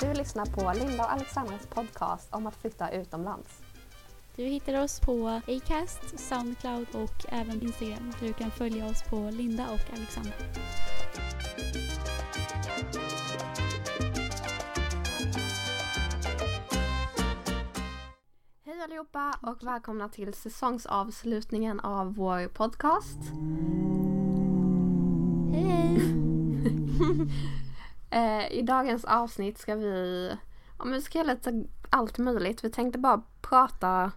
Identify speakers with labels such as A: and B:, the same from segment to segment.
A: Du lyssnar på Linda och Alexandras podcast om att flytta utomlands.
B: Du hittar oss på Acast, Soundcloud och även Instagram. Du kan följa oss på Linda och Alexandra.
A: Hej allihopa och välkomna till säsongsavslutningen av vår podcast.
B: Hej!
A: Eh, I dagens avsnitt ska vi, ja men vi ska göra lite allt möjligt. Vi tänkte bara prata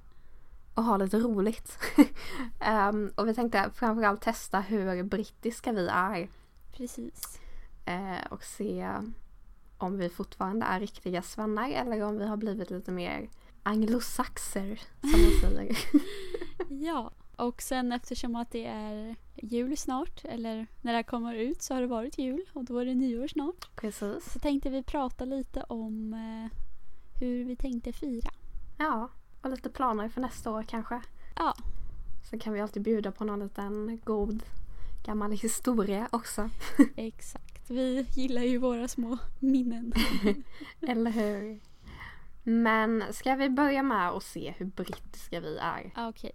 A: och ha lite roligt. Ehm, och vi tänkte framförallt testa hur brittiska vi är
B: Precis.
A: eh, och se om vi fortfarande är riktiga svennar eller om vi har blivit lite mer anglosaxer som man säger.
B: Ja, och sen eftersom att det är jul snart, eller när det här kommer ut så har det varit jul och då är det nyår snart.
A: Precis.
B: Så tänkte vi prata lite om eh, hur vi tänkte fira.
A: Ja, och lite planer för nästa år kanske.
B: Ja.
A: Så kan vi alltid bjuda på någon liten god gammal historia också.
B: Exakt. Vi gillar ju våra små minnen.
A: Eller hur? Men ska vi börja med att se hur brittiska vi är?
B: Ah, Okej.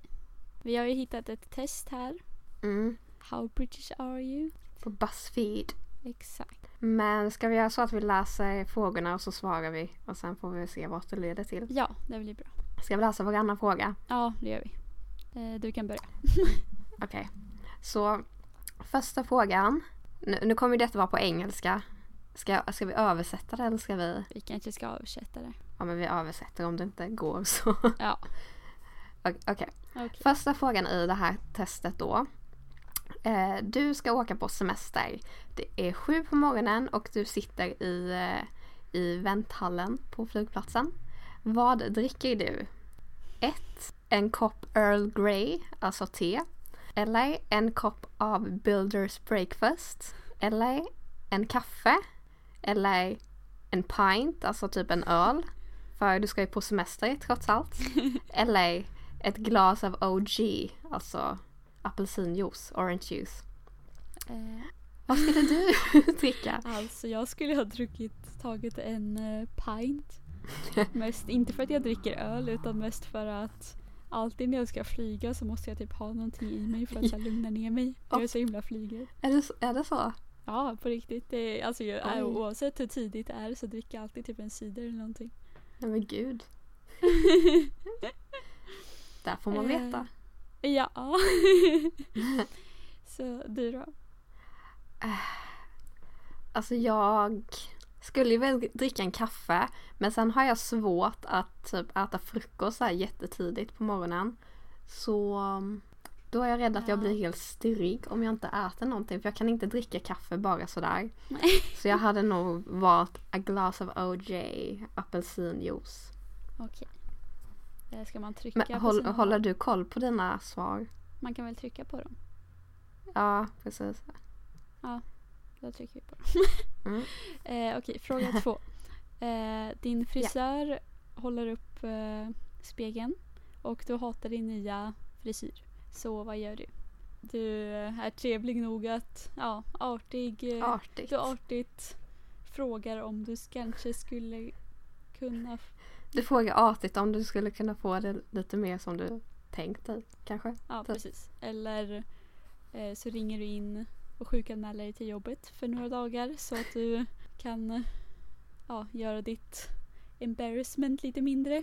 B: Vi har ju hittat ett test här.
A: Mm,
B: How British are you?
A: på Buzzfeed.
B: Exakt.
A: Men ska vi göra så att vi läser frågorna och så svarar vi och sen får vi se vart det leder till.
B: Ja, det blir bra.
A: Ska vi läsa varannan fråga?
B: Ja, det gör vi. Eh, Du kan börja.
A: Okej. Så första frågan. Nu, nu kommer ju detta vara på engelska. Ska, ska vi översätta det eller ska vi?
B: Vi kanske ska översätta det.
A: Ja men vi översätter om det inte går så.
B: Ja,
A: Okej. okej.
B: okej.
A: Första frågan i det här testet då. Eh, du ska åka på semester. Det är sju på morgonen och du sitter i, eh, i vänthallen på flygplatsen. Vad dricker du? 1. En kopp Earl Grey, alltså te. Eller en kopp av Builders Breakfast. Eller en kaffe. Eller en pint, alltså typ en öl. För du ska ju på semester trots allt. Eller ett glas av OG, alltså apelsinjuice, orange juice.
B: Eh,
A: Vad skulle du dricka?
B: Alltså jag skulle ha druckit, tagit en eh, pint. Mest inte för att jag dricker öl utan mest för att alltid när jag ska flyga så måste jag typ ha någonting i mig för att så här, lugna ner mig. Jag är så himla flygrädd.
A: Är det, så- är det så?
B: Ja, på riktigt. Det är, alltså, jag,
A: Oj.
B: oavsett hur tidigt det är så dricker jag alltid typ en cider eller någonting.
A: Nej men gud. Där får man veta.
B: Ja. så du då?
A: Alltså jag skulle ju väl dricka en kaffe men sen har jag svårt att typ äta frukost så här jättetidigt på morgonen. Så um, då är jag rädd att jag
B: Ja.
A: blir helt stirrig om jag inte äter någonting för jag kan inte dricka kaffe bara sådär.
B: Nej.
A: Så jag hade nog valt a glass of OJ apelsinjuice.
B: Okej. Eh, Ska man trycka
A: Men
B: på
A: håll,
B: sina-
A: håller du koll på dina svar?
B: Man kan väl trycka på dem?
A: Ja, precis.
B: Då trycker vi på dem.
A: Mm.
B: eh, Okej, fråga två. Eh, din frisör håller upp eh, spegeln och du hatar din nya frisyr. Så vad gör du? Du är trevlig nog att, ja, artig. eh,
A: Artigt.
B: Du artigt frågar om du kanske skulle kunna
A: Du frågar artigt om du skulle kunna få det lite mer som du tänkt dig kanske.
B: Ja,
A: Typ.
B: precis. Eller eh, så ringer du in och sjukanmäler dig till jobbet för några dagar så att du kan eh, ja, göra ditt embarrassment lite mindre.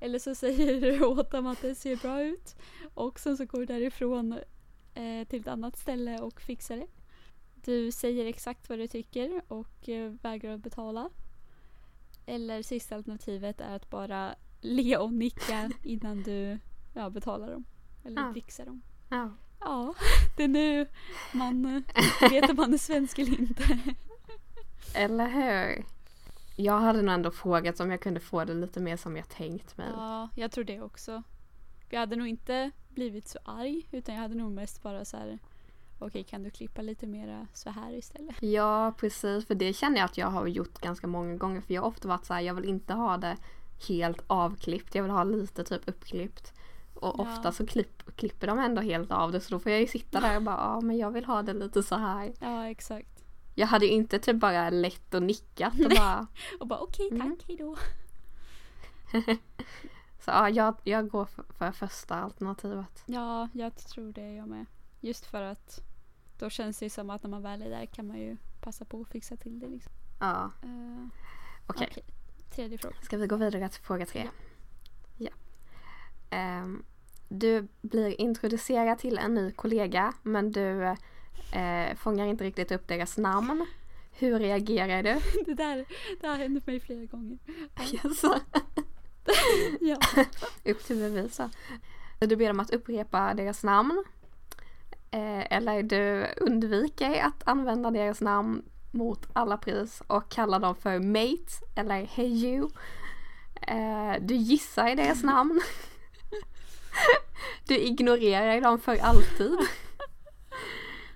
B: Eller så säger du åt dem att det ser bra ut och sen så går du därifrån eh, till ett annat ställe och fixar det. Du säger exakt vad du tycker och eh, vägrar att betala. Eller sista alternativet är att bara le och nicka innan du ja, betalar dem. Eller
A: Ja.
B: fixar dem.
A: Ja.
B: Ja, det är nu man eh, vet om man är svensk eller inte.
A: Eller hur? Jag hade nog ändå frågat om jag kunde få det lite mer som jag tänkt mig.
B: Ja, jag tror det också. Jag hade nog inte blivit så arg utan jag hade nog mest bara så här. Okej, kan du klippa lite mera så här istället?
A: Ja, precis. För det känner jag att jag har gjort ganska många gånger. För jag har ofta varit så här, jag vill inte ha det helt avklippt. Jag vill ha lite typ uppklippt. Och
B: Ja.
A: ofta så klipp, klipper de ändå helt av det. Så då får jag ju sitta där och bara, ja men jag vill ha det lite så här.
B: Ja, exakt.
A: Jag hade ju inte typ bara lätt och nickat och bara
B: Och bara okej
A: Mm.
B: tack, hejdå.
A: så ja, jag, jag går för, för första alternativet.
B: Ja, jag tror det jag med. Just för att då känns det ju som att när man väl är där kan man ju passa på att fixa till det. Liksom.
A: Ja,
B: Eh,
A: okej.
B: Tredje frågan.
A: Ska vi gå vidare till fråga tre? Ja. Ehm, du blir introducerad till en ny kollega men du eh, fångar inte riktigt upp deras namn. Hur reagerar du?
B: Det där det har hänt mig flera gånger.
A: Så,
B: Ja.
A: Alltså, upp till bevis då. Du ber dem att upprepa deras namn. Eh, eller du undviker att använda deras namn mot alla pris och kallar dem för mate eller hey you. Eh, du gissar i deras namn. Du ignorerar dem för alltid.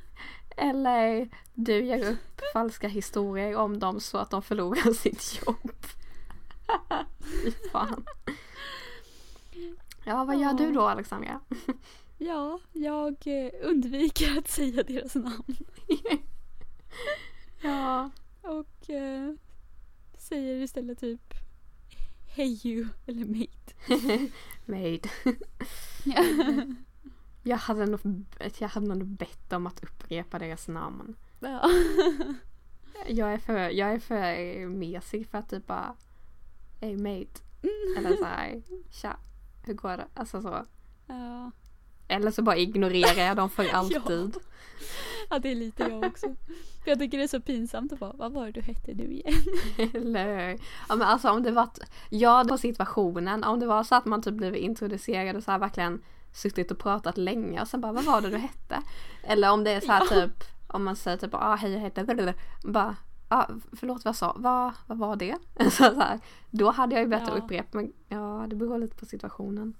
A: Eller du ger upp falska historier om dem så att de förlorar sitt jobb. Fy fan. Ja, vad gör du då Alexandra?
B: ja, jag eh, undviker att säga deras namn
A: Ja.
B: och eh, säger istället typ Hey you eller mate.
A: Made.
B: Ja.
A: Jag hade, nog, jag hade nog bett om att upprepa deras namn.
B: ja.
A: Jag är för, jag är för mesig för att typ bara Hey mate. Eller så här, tja, hur går det? Alltså så.
B: ja.
A: Eller så bara ignorerar jag dem för alltid.
B: Ja, det är lite jag också. För jag tycker det är så pinsamt att bara, vad var det du hette nu igen?
A: Eller ja, men alltså om det var, ja det var situationen, om det var så att man typ blivit introducerad och så här verkligen suttit och pratat länge och sen bara vad var det du hette? Eller om det är så här typ, om man säger typ ah hej jag heter blablabla. bara ah, förlåt vad sa, vad, vad var det? Så, så här, då hade jag ju bett
B: Ja.
A: att upprepa men ja det beror lite på situationen.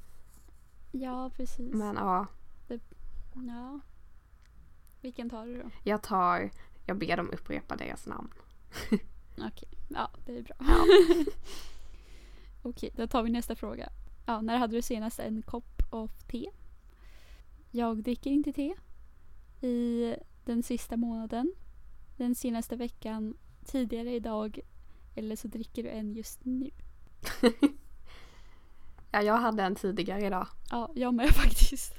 B: Ja, precis.
A: Men ja,
B: Ja. Vilken tar du då?
A: jag tar, jag ber dem upprepa deras namn.
B: Okej, ja det är bra.
A: Ja.
B: Okej, då tar vi nästa fråga. Ja, när hade du senast en kopp av te? Jag dricker inte te. I den sista månaden, den senaste veckan, tidigare idag eller så dricker du en just nu.
A: Ja jag hade en tidigare idag.
B: Ja, jag med faktiskt.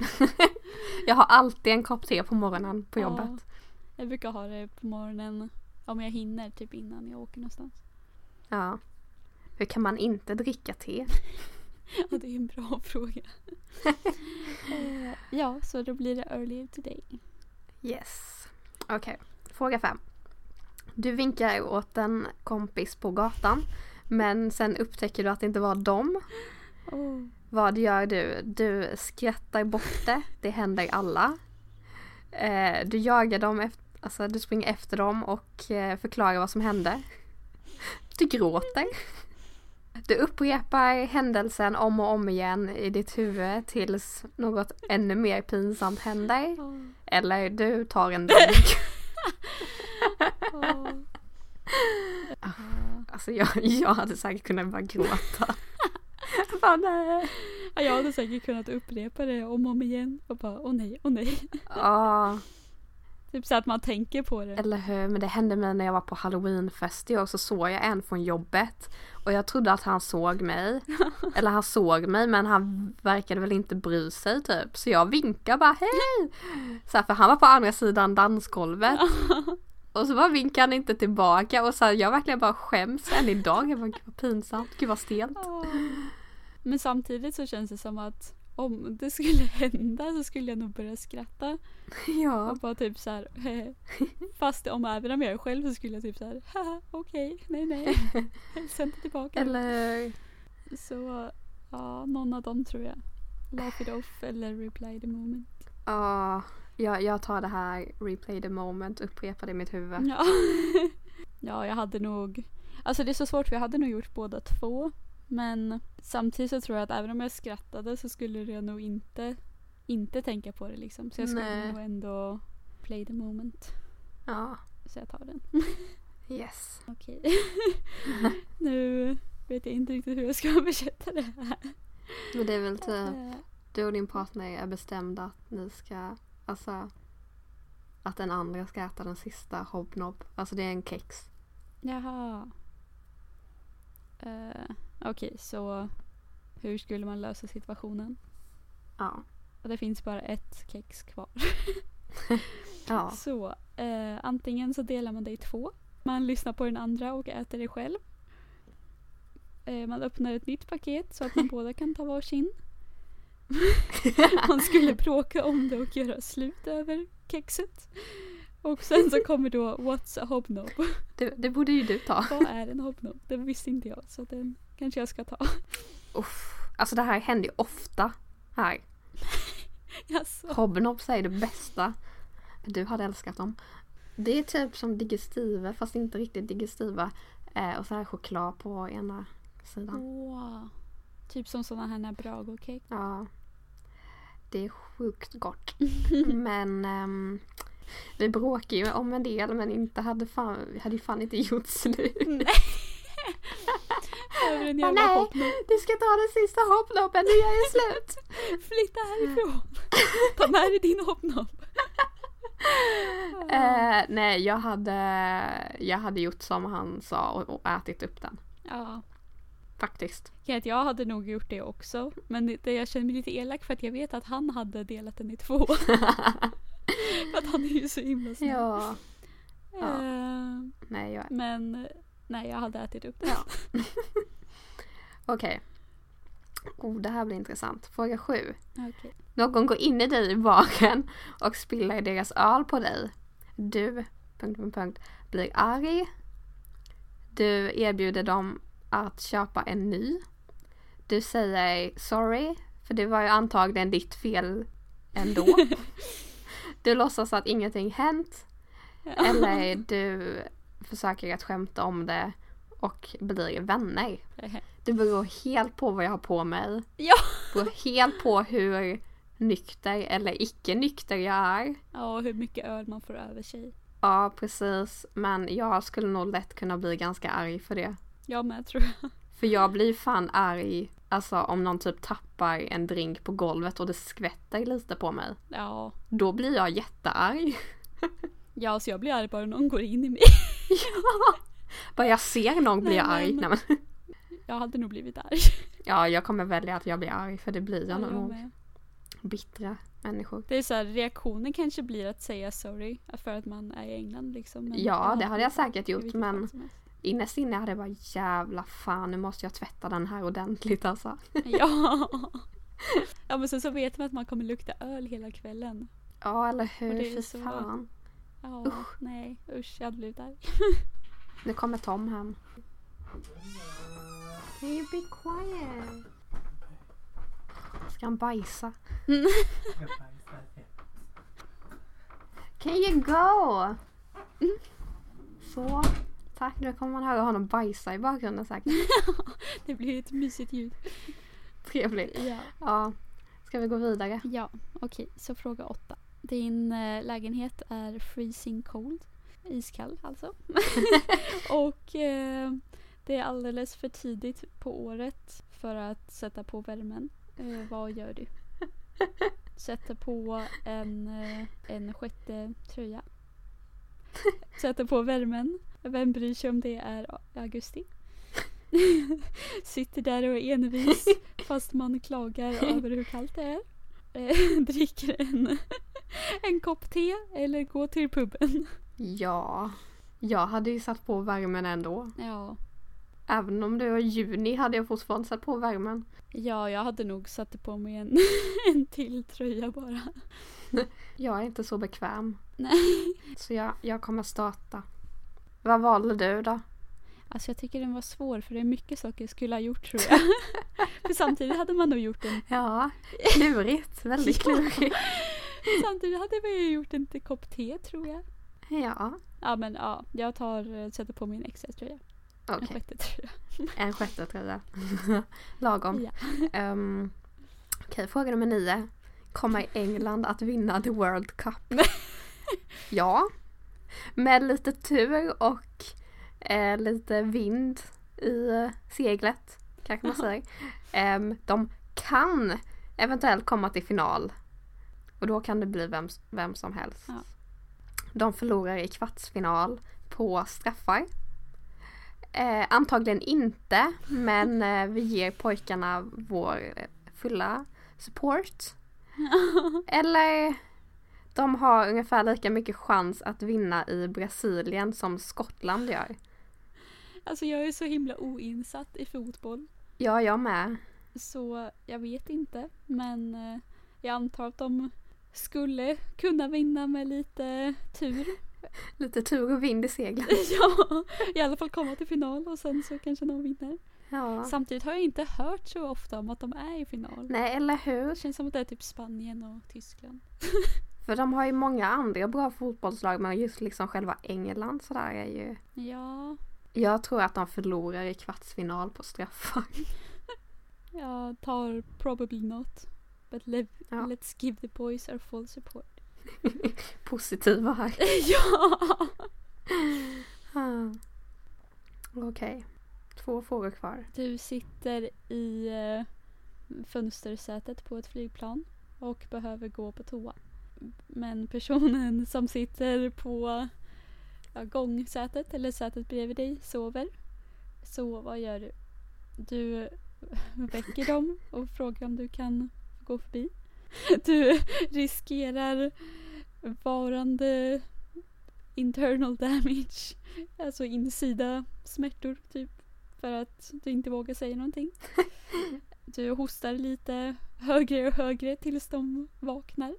A: Jag har alltid en kopp te på morgonen på
B: Ja.
A: jobbet.
B: Jag brukar ha det på morgonen om jag hinner, typ innan jag åker någonstans.
A: Ja. Hur kan man inte dricka te?
B: Ja, det är en bra fråga. Eh, ja, så då blir det earlier today.
A: Yes. Okej, fråga fem. Du vinkar åt en kompis på gatan men sen upptäcker du att det inte var dem.
B: Oh.
A: Vad gör du? Du skrattar bort det, det händer alla. Eh, du jagar dem, efter, alltså du springer efter dem och eh, förklarar vad som hände. Du gråter. Du upprepar händelsen om och om igen i ditt huvud tills något ännu mer pinsamt händer.
B: Oh.
A: Eller du tar en drink.
B: Ja.
A: Alltså jag, jag hade säkert kunnat bara gråta. Fan, nej.
B: Ja, jag hade säkert kunnat upprepa det om och om igen och bara åh nej, åh nej.
A: Ja,
B: Typ så att man tänker på det.
A: eller hur. Men det hände mig när jag var på halloweenfest i år så såg jag en från jobbet. Och jag trodde att han såg mig. Eller han såg mig men han verkade väl inte bry sig typ. Så jag vinkade bara hej! Så här, för han var på andra sidan dansgolvet. Och så bara vinkade han inte tillbaka och så här, jag verkligen bara skäms än idag. Jag bara, gud vad pinsamt, gud vad stelt.
B: Ja. Men samtidigt så känns det som att om det skulle hända så skulle jag nog börja skratta.
A: Ja.
B: Och bara typ så här. "Hehe." Fast om även om jag är själv så skulle jag typ så här. "Haha, okej, nej nej. Hälsa inte tillbaka.
A: Eller
B: Så ja, någon av dem tror jag. Laugh it off eller reply the moment.
A: Ja, jag, jag tar det här replay the moment, upprepa det i mitt huvud.
B: Ja. ja, jag hade nog... Alltså det är så svårt för jag hade nog gjort båda två. Men samtidigt så tror jag att även om jag skrattade så skulle jag nog inte, inte tänka på det liksom. Så jag skulle
A: Nej.
B: nog ändå play the moment.
A: Ja,
B: Så jag tar den.
A: yes.
B: Okej. nu vet jag inte riktigt hur jag ska översätta det här.
A: Men det är väl typ,
B: Eh,
A: du och din partner är bestämda att ni ska, alltså, att den andra ska äta den sista hobnob. Alltså det är en kex.
B: Jaha. Eh, Okej, så hur skulle man lösa situationen?
A: Ja.
B: Och Det finns bara ett kex kvar.
A: Ja.
B: Så eh, antingen så delar man det i två. Man lyssnar på den andra och äter det själv. Eh, man öppnar ett nytt paket så att man båda kan ta varsin. man skulle bråka om det och göra slut över kexet. Och sen så kommer då What's a hobnob?
A: Det, det borde ju du ta.
B: Vad är en hobnob? Det visste inte jag så den kanske jag ska ta.
A: Uff. Alltså det här händer ju ofta här.
B: Jaså?
A: Hobnobs är det bästa. Du hade älskat dem. Det är typ som digestiva fast inte riktigt digestiva. Eh, och så här choklad på ena sidan.
B: Wow. Typ som sådana här Brago-kex.
A: Ja. Det är sjukt gott. Men ehm, vi bråkar ju om en del men inte hade, fan, vi hade ju fan inte gjort slut.
B: Över en
A: Åh,
B: jävla
A: nej.
B: hobnob.
A: Du ska ta den sista hopploppen, nu är det slut!
B: Flytta härifrån! Ta med dig din hobnob.
A: eh, nej, jag hade, jag hade gjort som han sa och, och ätit upp den.
B: Ja.
A: Faktiskt.
B: Okej, att Jag hade nog gjort det också. Men det, det jag känner mig lite elak för att jag vet att han hade delat den i två. för att han är ju så himla snäll.
A: Ja. ja.
B: Eh,
A: Nej, jag...
B: men nej, jag hade ätit upp det.
A: Ja. Okej. Oh, det här blir intressant. Fråga sju.
B: Okej.
A: Någon går in i dig i baren och spiller deras öl på dig. Du... Punkt, punkt, punkt, blir arg. Du erbjuder dem att köpa en ny. Du säger sorry, för det var ju antagligen ditt fel ändå. du låtsas att ingenting hänt. Eller du försöker att skämta om det och blir vänner. Det beror helt på vad jag har på mig.
B: Ja.
A: Det beror helt på hur nykter eller icke nykter jag är.
B: Ja, och hur mycket öl man får över sig.
A: Ja, precis. Men jag skulle nog lätt kunna bli ganska arg för det.
B: Jag med tror jag.
A: För jag blir fan arg alltså, om någon typ tappar en drink på golvet och det skvätter lite på mig.
B: Ja.
A: Då blir jag jättearg.
B: Ja, så jag blir arg bara någon går in i mig.
A: Bara jag ser någon blir jag
B: Nej,
A: arg.
B: men-
A: Nej, men.
B: Jag hade nog blivit arg.
A: Ja, jag kommer välja att jag blir arg för det blir jag
B: Ja, jag
A: nog.
B: med.
A: Bittra människor.
B: Det är så här, reaktionen kanske blir att säga sorry för att man är i England liksom. men jag
A: Ja, det hade jag säkert
B: blivit
A: gjort
B: arg i vilket
A: men
B: fall som helst.
A: Innerst inne hade jag bara jävla fan nu måste jag tvätta den här ordentligt alltså.
B: Ja. ja men sen så vet man att man kommer lukta öl hela kvällen.
A: Ja eller
B: Och
A: hur,
B: det är
A: fy
B: så-
A: fan.
B: Ja,
A: Usch.
B: nej usch jag hade blivit arg.
A: Nu kommer Tom hem. Can you be quiet? Ska han bajsa? Can you go? Så. Tack, nu kommer man höra honom bajsa i bakgrunden säkert.
B: Det blir ett mysigt ljud.
A: Trevligt.
B: Ja,
A: Ja. Ska vi gå vidare?
B: ja okej så fråga åtta. Din eh, lägenhet är freezing cold. Iskall alltså. Och eh, det är alldeles för tidigt på året för att sätta på värmen. Eh, vad gör du? Sätter på en, eh, en sjätte tröja. Sätter på värmen. Vem bryr sig om det är a- augusti? Sitter där och är envis fast man klagar över hur kallt det är. Eh, dricker en, en kopp te eller går till puben.
A: Ja. Jag hade ju satt på värmen ändå.
B: Ja,
A: Även om det var juni hade jag fortfarande satt på värmen.
B: ja jag hade nog satt på mig en, en till tröja bara.
A: Jag är inte så bekväm.
B: Nej.
A: Så jag, jag kommer starta. Vad valde du då?
B: Alltså jag tycker den var svår för det är mycket saker jag skulle ha gjort tror jag. för samtidigt hade man nog gjort en,
A: Ja, klurigt. Väldigt klurigt.
B: samtidigt hade man ju gjort en till kopp te tror jag.
A: Ja,
B: Ja men ja, jag tar, eh, sätter på mig en extra tröja.
A: okej.
B: En sjätte tröja.
A: En sjätte tröja. Lagom.
B: Ja.
A: Um, okej, fråga nummer nio. Kommer England att vinna the World Cup? ja. Med lite tur och eh, lite vind i eh, seglet kanske man säger. Ehm, de kan eventuellt komma till final. Och då kan det bli vem, vem som helst.
B: Ja.
A: De förlorar i kvartsfinal på straffar. Eh, antagligen inte, men eh, vi ger pojkarna vår eh, fulla support. Eller de har ungefär lika mycket chans att vinna i Brasilien som Skottland gör.
B: Alltså jag är så himla oinsatt i fotboll.
A: Ja, jag med.
B: Så jag vet inte. Men eh, jag antar att de skulle kunna vinna med lite tur.
A: Lite tur och vind i seglen.
B: ja, i alla fall komma till final och sen så kanske någon vinner.
A: Ja.
B: Samtidigt har jag inte hört så ofta om att de är i final.
A: Nej, eller hur?
B: Det känns som att det är typ Spanien och Tyskland.
A: För de har ju många andra bra fotbollslag men just liksom själva England sådär är ju...
B: Ja,
A: Jag tror att de förlorar i kvartsfinal på straffar.
B: jag tar probably not. But le-
A: Ja.
B: let's give the boys our full support.
A: Positiva här.
B: ja!
A: Ah. Okej. Två frågor kvar.
B: Du sitter i eh, fönstersätet på ett flygplan och behöver gå på toa. Men personen som sitter på ja, gångsätet eller sätet bredvid dig sover. Så vad gör du? Du väcker dem och frågar om du kan gå förbi. Du riskerar varande internal damage, alltså insida smärtor typ. För att du inte vågar säga någonting. Du hostar lite högre och högre tills de vaknar.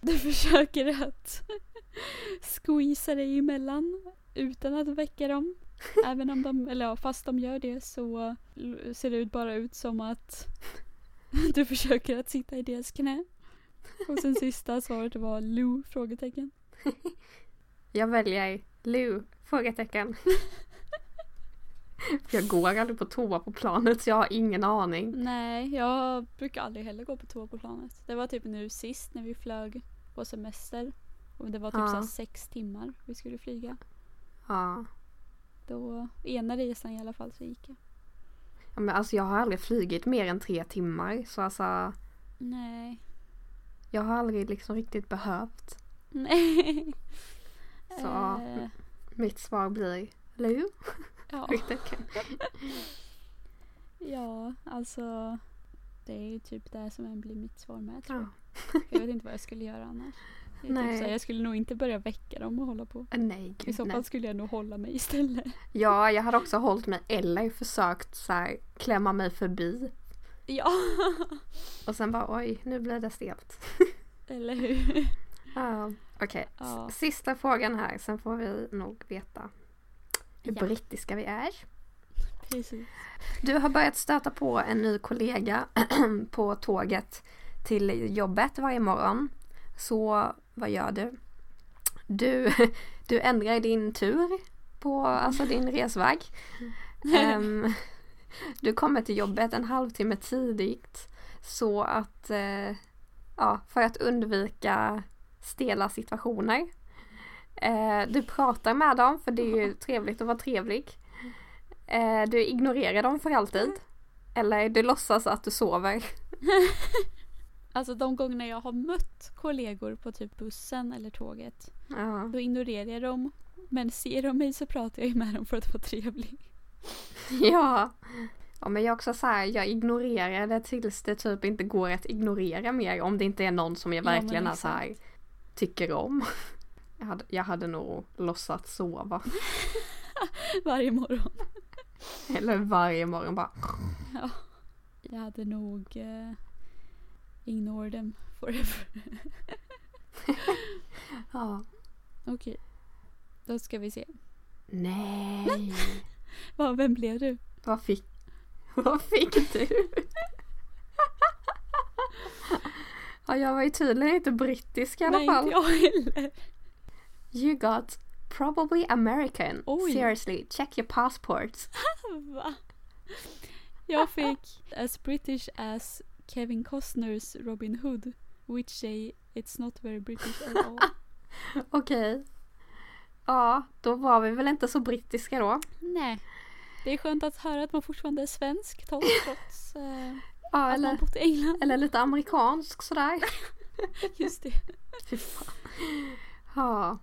B: Du försöker att squeeza dig emellan utan att väcka dem. Även om de, eller ja, fast de gör det så l- ser det ut bara ut som att du försöker att sitta i deras knä. Och sen sista svaret var Lou? Frågetecken.
A: Jag väljer Lou? Frågetecken. Jag går aldrig på toa på planet så jag har ingen aning.
B: Nej, jag brukar aldrig heller gå på toa på planet. Det var typ nu sist när vi flög på semester. Och det var typ
A: Ja.
B: så här sex timmar vi skulle flyga.
A: Ja.
B: Då, ena resan i alla fall, så gick jag.
A: Ja, Men alltså jag har aldrig flugit mer än tre timmar så alltså
B: Nej.
A: jag har aldrig liksom riktigt behövt.
B: Nej.
A: Så,
B: Eh,
A: Mitt svar blir Lou?
B: ja.
A: Frågetecken.
B: ja, alltså. Det är ju typ det som än blir mitt svar med tror
A: Ja.
B: jag. Jag vet inte vad jag skulle göra annars. Jag, är
A: Nej.
B: typ så här, jag skulle nog inte börja väcka dem och hålla på.
A: Eh, Nej,
B: I
A: gud,
B: så
A: nej.
B: fall skulle jag nog hålla mig istället.
A: Ja, jag hade också hållit mig eller försökt så här, klämma mig förbi
B: Ja,
A: och sen bara oj, nu blev det stelt.
B: eller hur?
A: Ja, Okej,
B: Ja.
A: S- sista frågan här, sen får vi nog veta hur
B: Ja.
A: brittiska vi är.
B: Precis.
A: Du har börjat stöta på en ny kollega på tåget till jobbet varje morgon. Så vad gör du? Du, du ändrar din tur på alltså din resväg. Ehm, du kommer till jobbet en halvtimme tidigt så att eh, ja, för att undvika stela situationer. Eh, du pratar med dem för det är ju trevligt att vara trevlig. Eh, du ignorerar dem för
B: Mm.
A: alltid. Eller du låtsas att du sover.
B: Alltså de gångerna jag har mött kollegor på typ bussen eller tåget,
A: Ja.
B: då ignorerar jag dem. Men ser de mig så pratar jag ju med dem för att vara trevlig.
A: ja. Ja men jag är också så här, jag ignorerar det tills det typ inte går att ignorera mer om det inte är någon som jag
B: Ja, men
A: verkligen är så här,
B: exakt.
A: tycker om. Jag hade, jag hade nog låtsats sova.
B: Varje morgon.
A: Eller varje morgon bara
B: Jag hade nog eh, ignore them forever.
A: ja.
B: Okej. Då ska vi se.
A: Nej.
B: Va, vem blev du?
A: Vad fick, vad fick du? ja jag var ju tydligen inte brittisk i alla
B: Nej,
A: fall.
B: inte jag heller.
A: You got probably American.
B: Oj.
A: Seriously, check your passports.
B: Va? Jag fick as British as Kevin Costners Robin Hood, which say it's not very British at all.
A: Okej. Ja, då var vi väl inte så brittiska då.
B: Nej. Det är skönt att höra att man fortfarande är svensk trots, trots eh,
A: Ja,
B: att man
A: eller,
B: bott i England.
A: eller lite amerikansk sådär.
B: Just det.
A: Fy fan. Ja,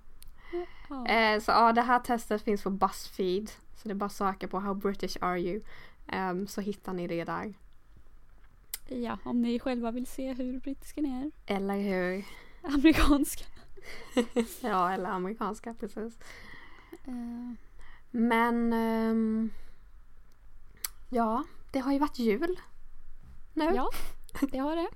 B: Ja.
A: Eh, så ja, det här testet finns på Buzzfeed. Så det är bara att söka på How British Are You? Ehm, så hittar ni det där.
B: ja, om ni själva vill se hur brittiska ni är.
A: Eller hur?
B: Amerikanska.
A: Ja, eller amerikanska precis.
B: Eh,
A: Men ehm, ja, det har ju varit jul nu.
B: ja, det har det.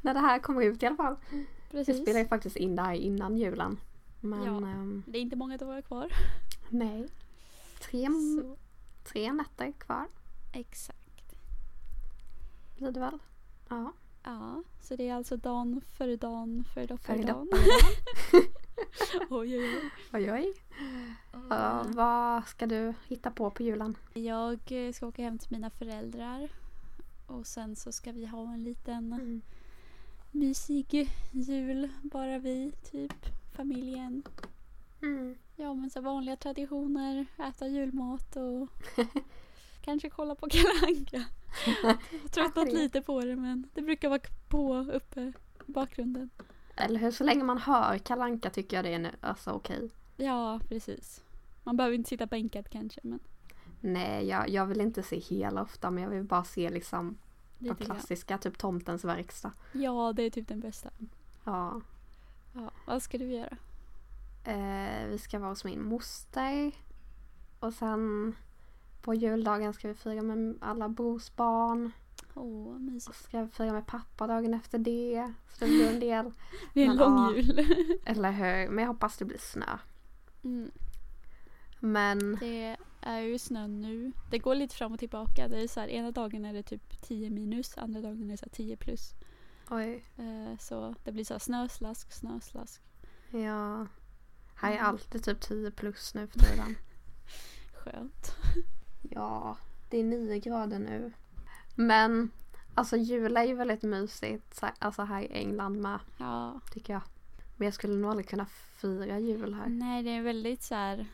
A: När det här kommer ut i alla fall. Vi
B: Precis.
A: spelar ju faktiskt in det här innan julen. Men
B: Ja.
A: ehm,
B: Det är inte många dagar kvar.
A: nej. Tre,
B: Så,
A: tre nätter kvar
B: exakt.
A: blir det väl? Ja.
B: Ja, så det är alltså dan före dan före dag före
A: Före dag
B: dan. oj, oj, oj.
A: Oj oj. Ja, vad ska du hitta på på julen?
B: Jag eh, ska åka hem till mina föräldrar. Och sen så ska vi ha en liten
A: Mm.
B: mysig jul. Bara vi, typ. Familjen.
A: Mm.
B: Ja, men så vanliga traditioner. Äta julmat och kanske kolla på Kalle Anka. Jag har tröttnat
A: Kanske det.
B: lite på det, men det brukar vara på uppe i bakgrunden.
A: Eller hur? Så länge man hör Kalle Anka tycker jag det är nu. Alltså okej.
B: Ja, precis. Man behöver inte sitta bänkad kanske, men
A: Nej, jag, jag vill inte se hela ofta men jag vill bara se liksom de
B: lite grann.
A: klassiska, typ Tomtens verkstad.
B: Ja, det är typ den bästa.
A: Ja.
B: Ja, vad ska du göra?
A: Eh, vi ska vara hos min moster. Och sen på juldagen ska vi fira med alla brors barn.
B: Åh, oh,
A: Och
B: mysigt.
A: så ska vi fira med pappa dagen efter det. Så det blir en del.
B: Det är
A: Men,
B: en lång
A: ja.
B: jul.
A: Eller hur? Men jag hoppas det blir snö.
B: Mm,
A: Men
B: det är ju snö nu. Det går lite fram och tillbaka. Det är så här, ena dagen är det typ 10 minus, andra dagen är det så här 10 plus.
A: oj,
B: Eh, så det blir så här snöslask, snöslask.
A: ja. Här är
B: Mm.
A: alltid typ 10 plus nu för tiden.
B: Skönt.
A: Ja, det är nio grader nu. Men alltså jul är ju väldigt mysigt så- alltså här i England med
B: Ja.
A: tycker jag. Men jag skulle nog aldrig kunna fira jul här.
B: Nej, det är väldigt så här,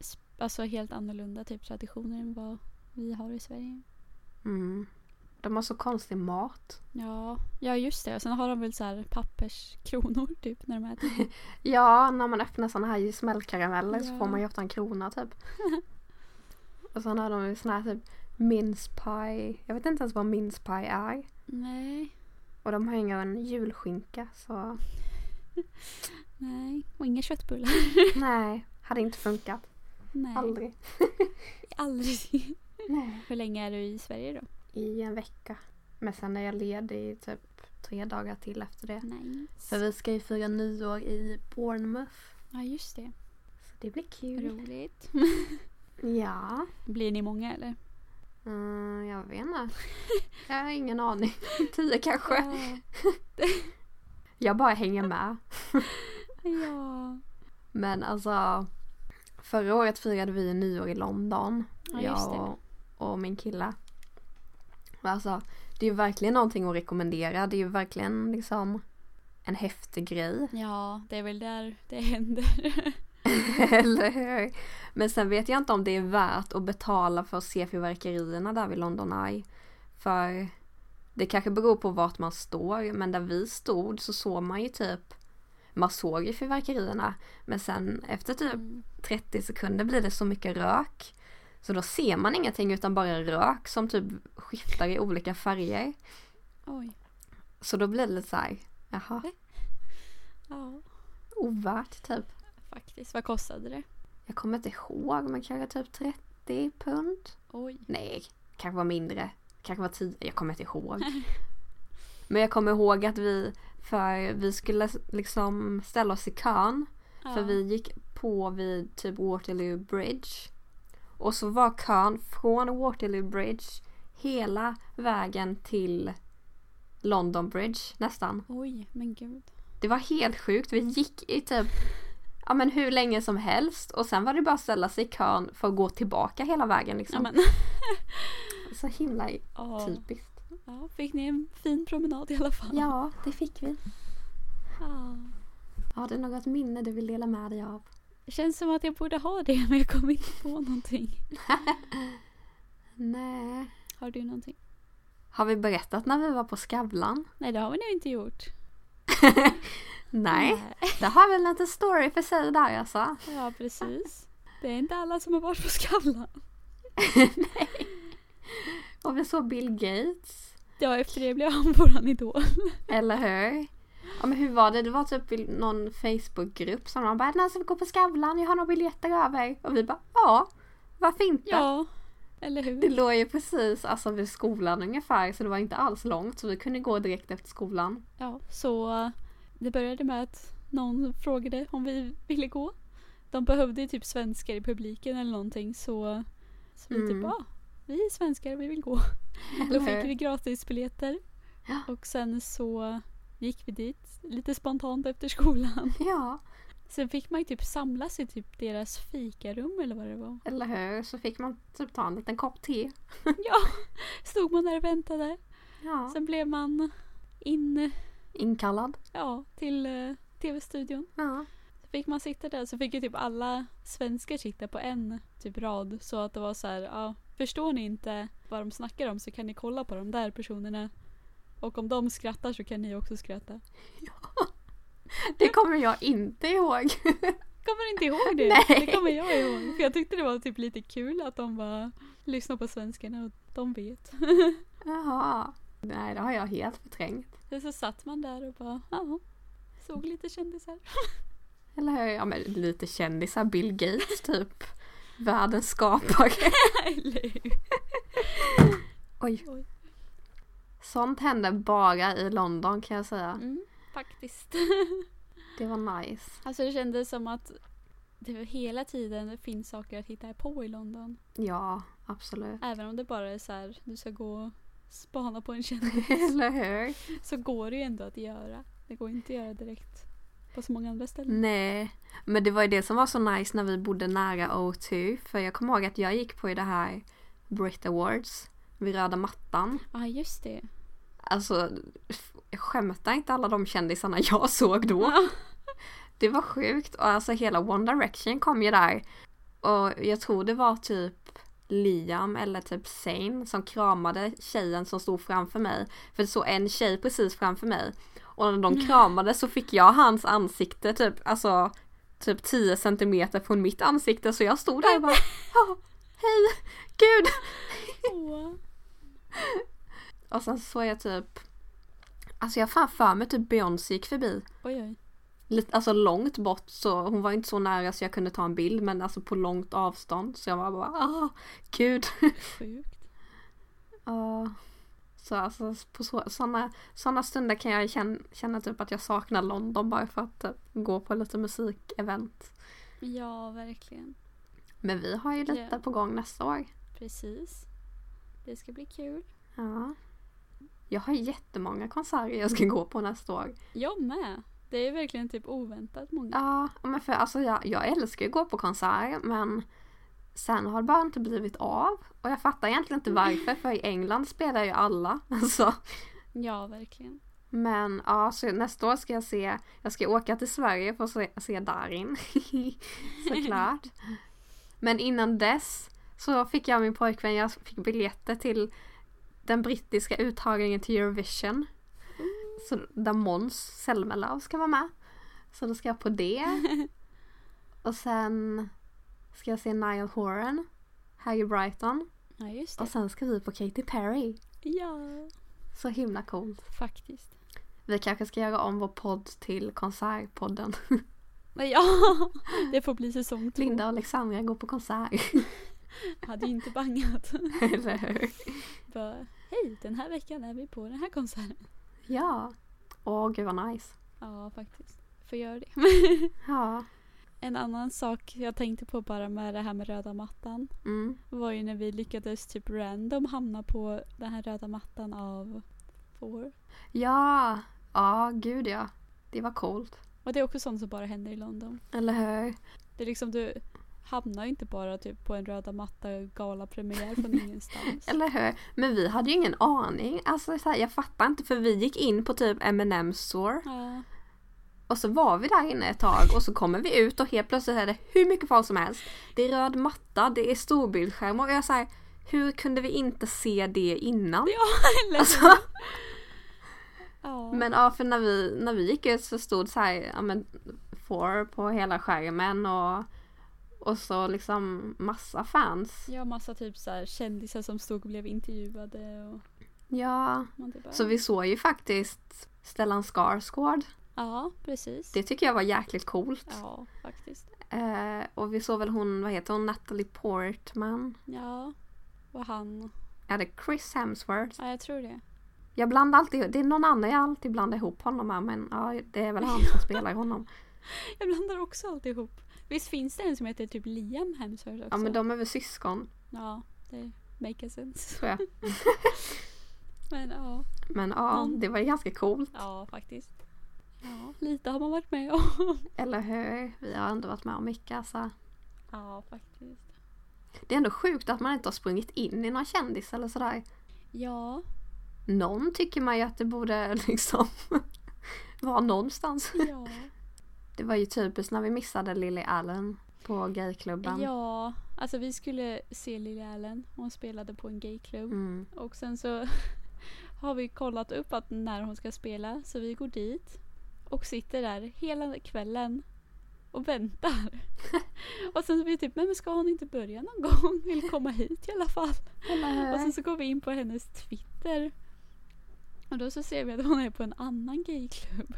B: sp- alltså helt annorlunda typ traditioner än vad vi har i Sverige.
A: Mm. De har så konstig mat.
B: Ja, ja just det. Och sen har de väl så här papperskronor typ när de äter.
A: Ja, när man öppnar sådana här smällkarameller så
B: Ja.
A: får man ju ofta en krona typ. Och sen har de ju sån här typ mince pie. Jag vet inte ens vad mince pie är.
B: Nej,
A: Och de har ju ingen julskinka så
B: nej. Och inga köttbullar.
A: nej, hade inte funkat.
B: Nej,
A: Aldrig.
B: aldrig.
A: Nej.
B: Hur länge är du i Sverige då?
A: i en vecka. Men sen är jag ledig i typ tre dagar till efter det. För
B: Nice.
A: vi ska ju fira nyår i Bournemouth.
B: Ja, just det.
A: Så det blir kul.
B: Roligt.
A: Ja.
B: Blir ni många eller?
A: Mm, jag vet inte. Jag har ingen aning. Tio kanske.
B: Ja.
A: Jag bara hänger med.
B: Ja,
A: Men alltså. Förra året firade vi nyår i London.
B: Ja, just det.
A: jag och, och min kille. Och Alltså, det är ju verkligen någonting att rekommendera. Det är ju verkligen liksom en häftig grej.
B: ja det är väl där det händer.
A: Eller hur? Men sen vet jag inte om det är värt att betala för att se fyrverkerierna där vid London Eye. För det kanske beror på vart man står, men där vi stod så såg man ju typ man såg ju fyrverkerierna men sen efter typ
B: Mm.
A: 30 sekunder blir det så mycket rök så då ser man ingenting utan bara rök som typ skiftar i olika färger.
B: Oj.
A: Så då blir det lite såhär, jaha,
B: Ja,
A: ovärt typ.
B: faktiskt. Vad kostade det?
A: Jag kommer inte ihåg men kanske typ 30 pund.
B: Oj.
A: Nej, kanske var mindre. Kanske var tio. Jag kommer inte ihåg. Men jag kommer ihåg att vi, för vi skulle liksom ställa oss i kön.
B: Ja.
A: För vi gick på vid typ Waterloo Bridge. Och så var kön från Waterloo Bridge hela vägen till London Bridge nästan.
B: Oj, men gud.
A: Det var helt sjukt. Vi gick i typ ja, men hur länge som helst och sen var det bara att ställa sig i kön för att gå tillbaka hela vägen.
B: Ja,
A: Liksom.
B: men.
A: Så himla
B: Ja.
A: typiskt.
B: ja, fick ni en fin promenad i alla fall?
A: Ja, det fick vi.
B: ja.
A: Har du något minne du vill dela med dig av?
B: Det känns som att jag borde ha det men jag kommer inte på någonting.
A: Nej.
B: Har du någonting?
A: Har vi berättat när vi var på Skavlan?
B: Nej det har vi nog inte gjort.
A: Nej, det har väl en liten story för sig där alltså.
B: Ja, precis. Det är inte alla som har varit på Skavlan.
A: Och vi såg Bill Gates,
B: Ja, efter det blev han våran idol.
A: eller hur? Ja men hur var det? Det var typ i någon Facebookgrupp som de bara “När ska vi gå på Skavlan? Jag har några biljetter över”. Och vi bara “Ja, varför inte?”
B: Ja, eller hur?
A: Det låg ju precis alltså, vid skolan ungefär så det var inte alls långt så vi kunde gå direkt efter skolan.
B: Ja, så eh, det började med att någon frågade om vi ville gå. De behövde ju typ svenskar i publiken eller någonting så, så vi
A: Mm.
B: typ ja, vi är svenskar, vi vill gå. Då
A: Eller
B: fick
A: hur?
B: vi gratisbiljetter.
A: Ja.
B: Och sen så gick vi dit lite spontant efter skolan.
A: Ja,
B: Sen fick man ju typ samlas i typ deras fikarum eller vad det var.
A: eller hur? Så fick man typ ta en liten kopp te.
B: Ja, stod man där och väntade.
A: Ja.
B: Sen blev man in
A: Inkallad.
B: ja, till eh, tv-studion.
A: Ja.
B: Så fick man sitta där så fick ju typ alla svenskar sitta på en typ rad. Så att det var så här, ja, förstår ni inte vad de snackar om så kan ni kolla på de där personerna. Och om de skrattar så kan ni också skratta.
A: Det kommer jag inte ihåg.
B: Kommer inte ihåg det?
A: Nej.
B: Det kommer jag ihåg. För jag tyckte det var typ lite kul att de bara lyssnar på svenskarna och de vet.
A: Jaha. Nej, det har jag helt förträngt.
B: Sen så satt man där och bara, ja. Såg lite kändisar.
A: Eller hur? Ja, men lite kändisar. Bill Gates typ. Världens skapare.
B: Eller hur?
A: Oj.
B: Oj.
A: Sånt hände bara i London kan jag säga.
B: Mm, faktiskt.
A: Det var nice.
B: Alltså det kändes som att det hela tiden finns saker att hitta på i London.
A: Ja, absolut.
B: Även om det bara är så här, du ska gå och spana på en kändis
A: Eller hur?
B: så går det ju ändå att göra. Det går inte att göra direkt på så många andra ställen.
A: Nej, men det var ju det som var så nice när vi bodde nära O2. För jag kommer ihåg att jag gick på ju det här Brit Awards vid röda mattan.
B: Ja ah, just det.
A: Alltså, f- skämtar inte alla de kändisarna jag såg då? Det var sjukt. Och alltså hela One Direction kom ju där. Och jag tror det var typ Liam eller typ Zayn som kramade tjejen som stod framför mig. För det stod en tjej precis framför mig. Och när de kramade så fick jag hans ansikte typ, alltså typ 10 centimeter från mitt ansikte så jag stod där och bara "Ja, Hej! Gud!
B: Åh.
A: Och sen såg jag typ Alltså jag har fan för mig typ Beyoncé gick förbi.
B: Oj oj.
A: Lite, alltså långt bort så hon var inte så nära så jag kunde ta en bild men alltså på långt avstånd så jag var bara ah, gud.
B: Sjukt.
A: Ja. så alltså på så, såna, såna stunder kan jag känna, känna typ att jag saknar London bara för att typ, gå på lite musikevent.
B: Ja verkligen.
A: Men vi har ju lite
B: Ja.
A: på gång nästa år.
B: Precis. Det ska bli kul.
A: Ja. Jag har jättemånga konserter jag ska gå på nästa år.
B: Jag med. Det är verkligen typ oväntat många.
A: Ja, men för alltså jag, jag älskar ju att gå på konserter men sen har det bara inte blivit av. Och jag fattar egentligen inte varför för i England spelar ju alla. Alltså.
B: Ja verkligen.
A: Men ja, så nästa år ska jag se, jag ska åka till Sverige för att se, se Darin. Såklart. Men innan dess så fick jag och min pojkvän, jag fick biljetter till den brittiska uttagningen till Eurovision. Så, där Måns Zelmerlöw ska vara med. Så då ska jag på det. Och sen ska jag se Niall Horan här i Brighton.
B: Ja just
A: Och
B: det.
A: sen ska vi på Katy Perry.
B: Ja.
A: Så himla coolt.
B: Faktiskt.
A: Vi kanske ska göra om vår podd till Konsertpodden.
B: Men ja. Det får bli säsong två.
A: Linda och Alexandra går på konsert.
B: Hade ju inte bangat.
A: Eller hur?
B: Bara, hej, den här veckan är vi på den här konserten.
A: Ja. Åh, gud vad nice.
B: Ja, faktiskt. Får göra det.
A: Ja.
B: En annan sak jag tänkte på bara med det här med röda mattan
A: Mm.
B: var ju när vi lyckades typ random hamna på den här röda mattan av Four.
A: Ja. Ja, gud ja. Det var coolt.
B: Och det är också sånt som bara händer i London.
A: Eller hur?
B: Det är liksom du hamnar ju inte bara typ på en röda matta galapremiär från ingenstans.
A: Eller hur? Men vi hade ju ingen aning. Alltså så här, jag fattar inte för vi gick in på typ M&M store
B: Ja,
A: och så var vi där inne ett tag och så kommer vi ut och helt plötsligt är det hur mycket folk som helst. Det är röd matta, det är storbildsskärmar och jag säger hur kunde vi inte se det innan?
B: eller
A: Alltså,
B: Ja.
A: Men ja, för när vi, när vi gick ut så stod så här, ja men four på hela skärmen och, och så liksom massa fans.
B: Ja, massa typ så här kändisar som stod och blev intervjuade och
A: Ja,
B: man typ bara,
A: så vi såg ju faktiskt Stellan Skarsgård.
B: Ja, precis.
A: Det tycker jag var jäkligt coolt.
B: Ja, faktiskt.
A: Eh, och vi såg väl hon, vad heter hon, Natalie Portman?
B: Ja, och han.
A: Är det Chris Hemsworth?
B: Ja, jag tror det.
A: Jag blandar alltid, det är någon annan jag alltid blandar ihop honom med men ja, det är väl han som spelar honom.
B: Jag blandar också alltid ihop. Visst finns det en som heter typ Liam Hemsworth också?
A: Ja men de är väl syskon
B: Ja, det make a sense.
A: tror jag.
B: Men ja,
A: Men ja,
B: Mm.
A: det var ju ganska coolt.
B: ja faktiskt. Ja, lite har man varit med om.
A: Eller hur? Vi har ändå varit med om mycket alltså.
B: Ja, faktiskt.
A: Det är ändå sjukt att man inte har sprungit in i någon kändis eller sådär.
B: Ja,
A: Någon tycker man ju att det borde liksom vara någonstans.
B: ja,
A: Det var ju typiskt när vi missade Lily Allen på gayklubben.
B: ja. Alltså vi skulle se Lily Allen. Hon spelade på en gayklubb.
A: Mm.
B: Och sen så har vi kollat upp att när hon ska spela så vi går dit och sitter där hela kvällen och väntar. och sen så blir vi typ, men ska hon inte börja någon gång? Eller komma hit i alla fall.
A: Eller
B: Och sen
A: hur?
B: så går vi in på hennes Twitter. Och då så ser vi att hon är på en annan gayklubb.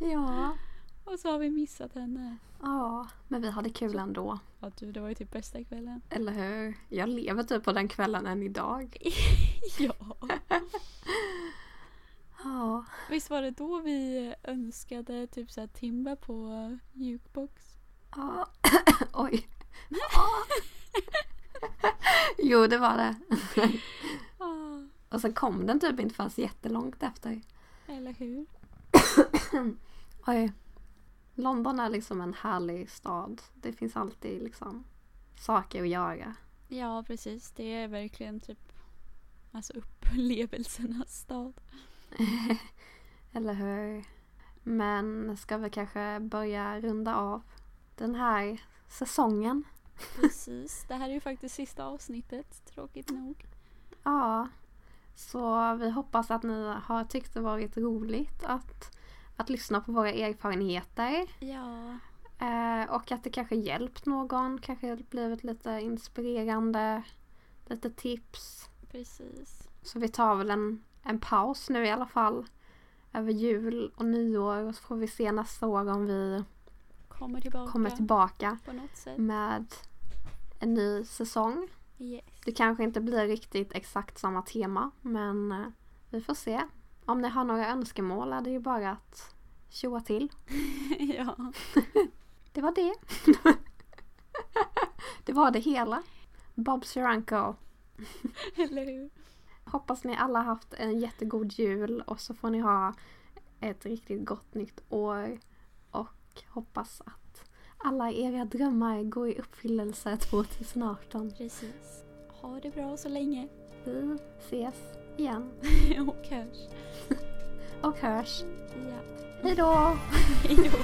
A: Ja.
B: Och så har vi missat henne.
A: ja, men vi hade kul ändå.
B: Ja du, det var ju typ bästa kvällen.
A: Eller hur? Jag lever typ på den kvällen än idag.
B: Ja.
A: Ja,
B: Visst var det då vi önskade typ såhär timba på jukebox?
A: ja. oj. Ja. Jo, det var det.
B: Ah,
A: Och sen kom den typ inte förrän jättelångt efter.
B: eller hur?
A: Oj. London är liksom en härlig stad. Det finns alltid liksom saker att göra.
B: Ja precis, det är verkligen typ alltså upplevelsernas stad.
A: Eller hur? Men ska vi kanske börja runda av den här säsongen?
B: Precis, det här är ju faktiskt sista avsnittet, tråkigt nog.
A: Ja. Så vi hoppas att ni har tyckt det varit roligt att, att lyssna på våra erfarenheter.
B: Ja,
A: Eh, och att det kanske hjälpt någon, kanske blivit lite inspirerande, lite tips.
B: precis.
A: Så vi tar väl en, en paus nu i alla fall. Över jul och nyår och så får vi se nästa år om vi
B: Kommer Mm. tillbaka
A: kommer tillbaka
B: på något sätt.
A: med en ny säsong.
B: Yes.
A: Det kanske inte blir riktigt exakt samma tema men eh, vi får se. Om ni har några önskemål är det ju bara att tjoa till.
B: ja.
A: Det var det. det var det hela. Bob's your uncle.
B: eller hur?
A: Hoppas ni alla haft en jättegod jul och så får ni ha ett riktigt gott nytt år. Och hoppas att alla era drömmar går i uppfyllelse 2018.
B: Precis. Ha det bra så länge
A: Vi ses igen
B: och hörs.
A: och hörs.
B: Ja,
A: Hej då!
B: hejdå.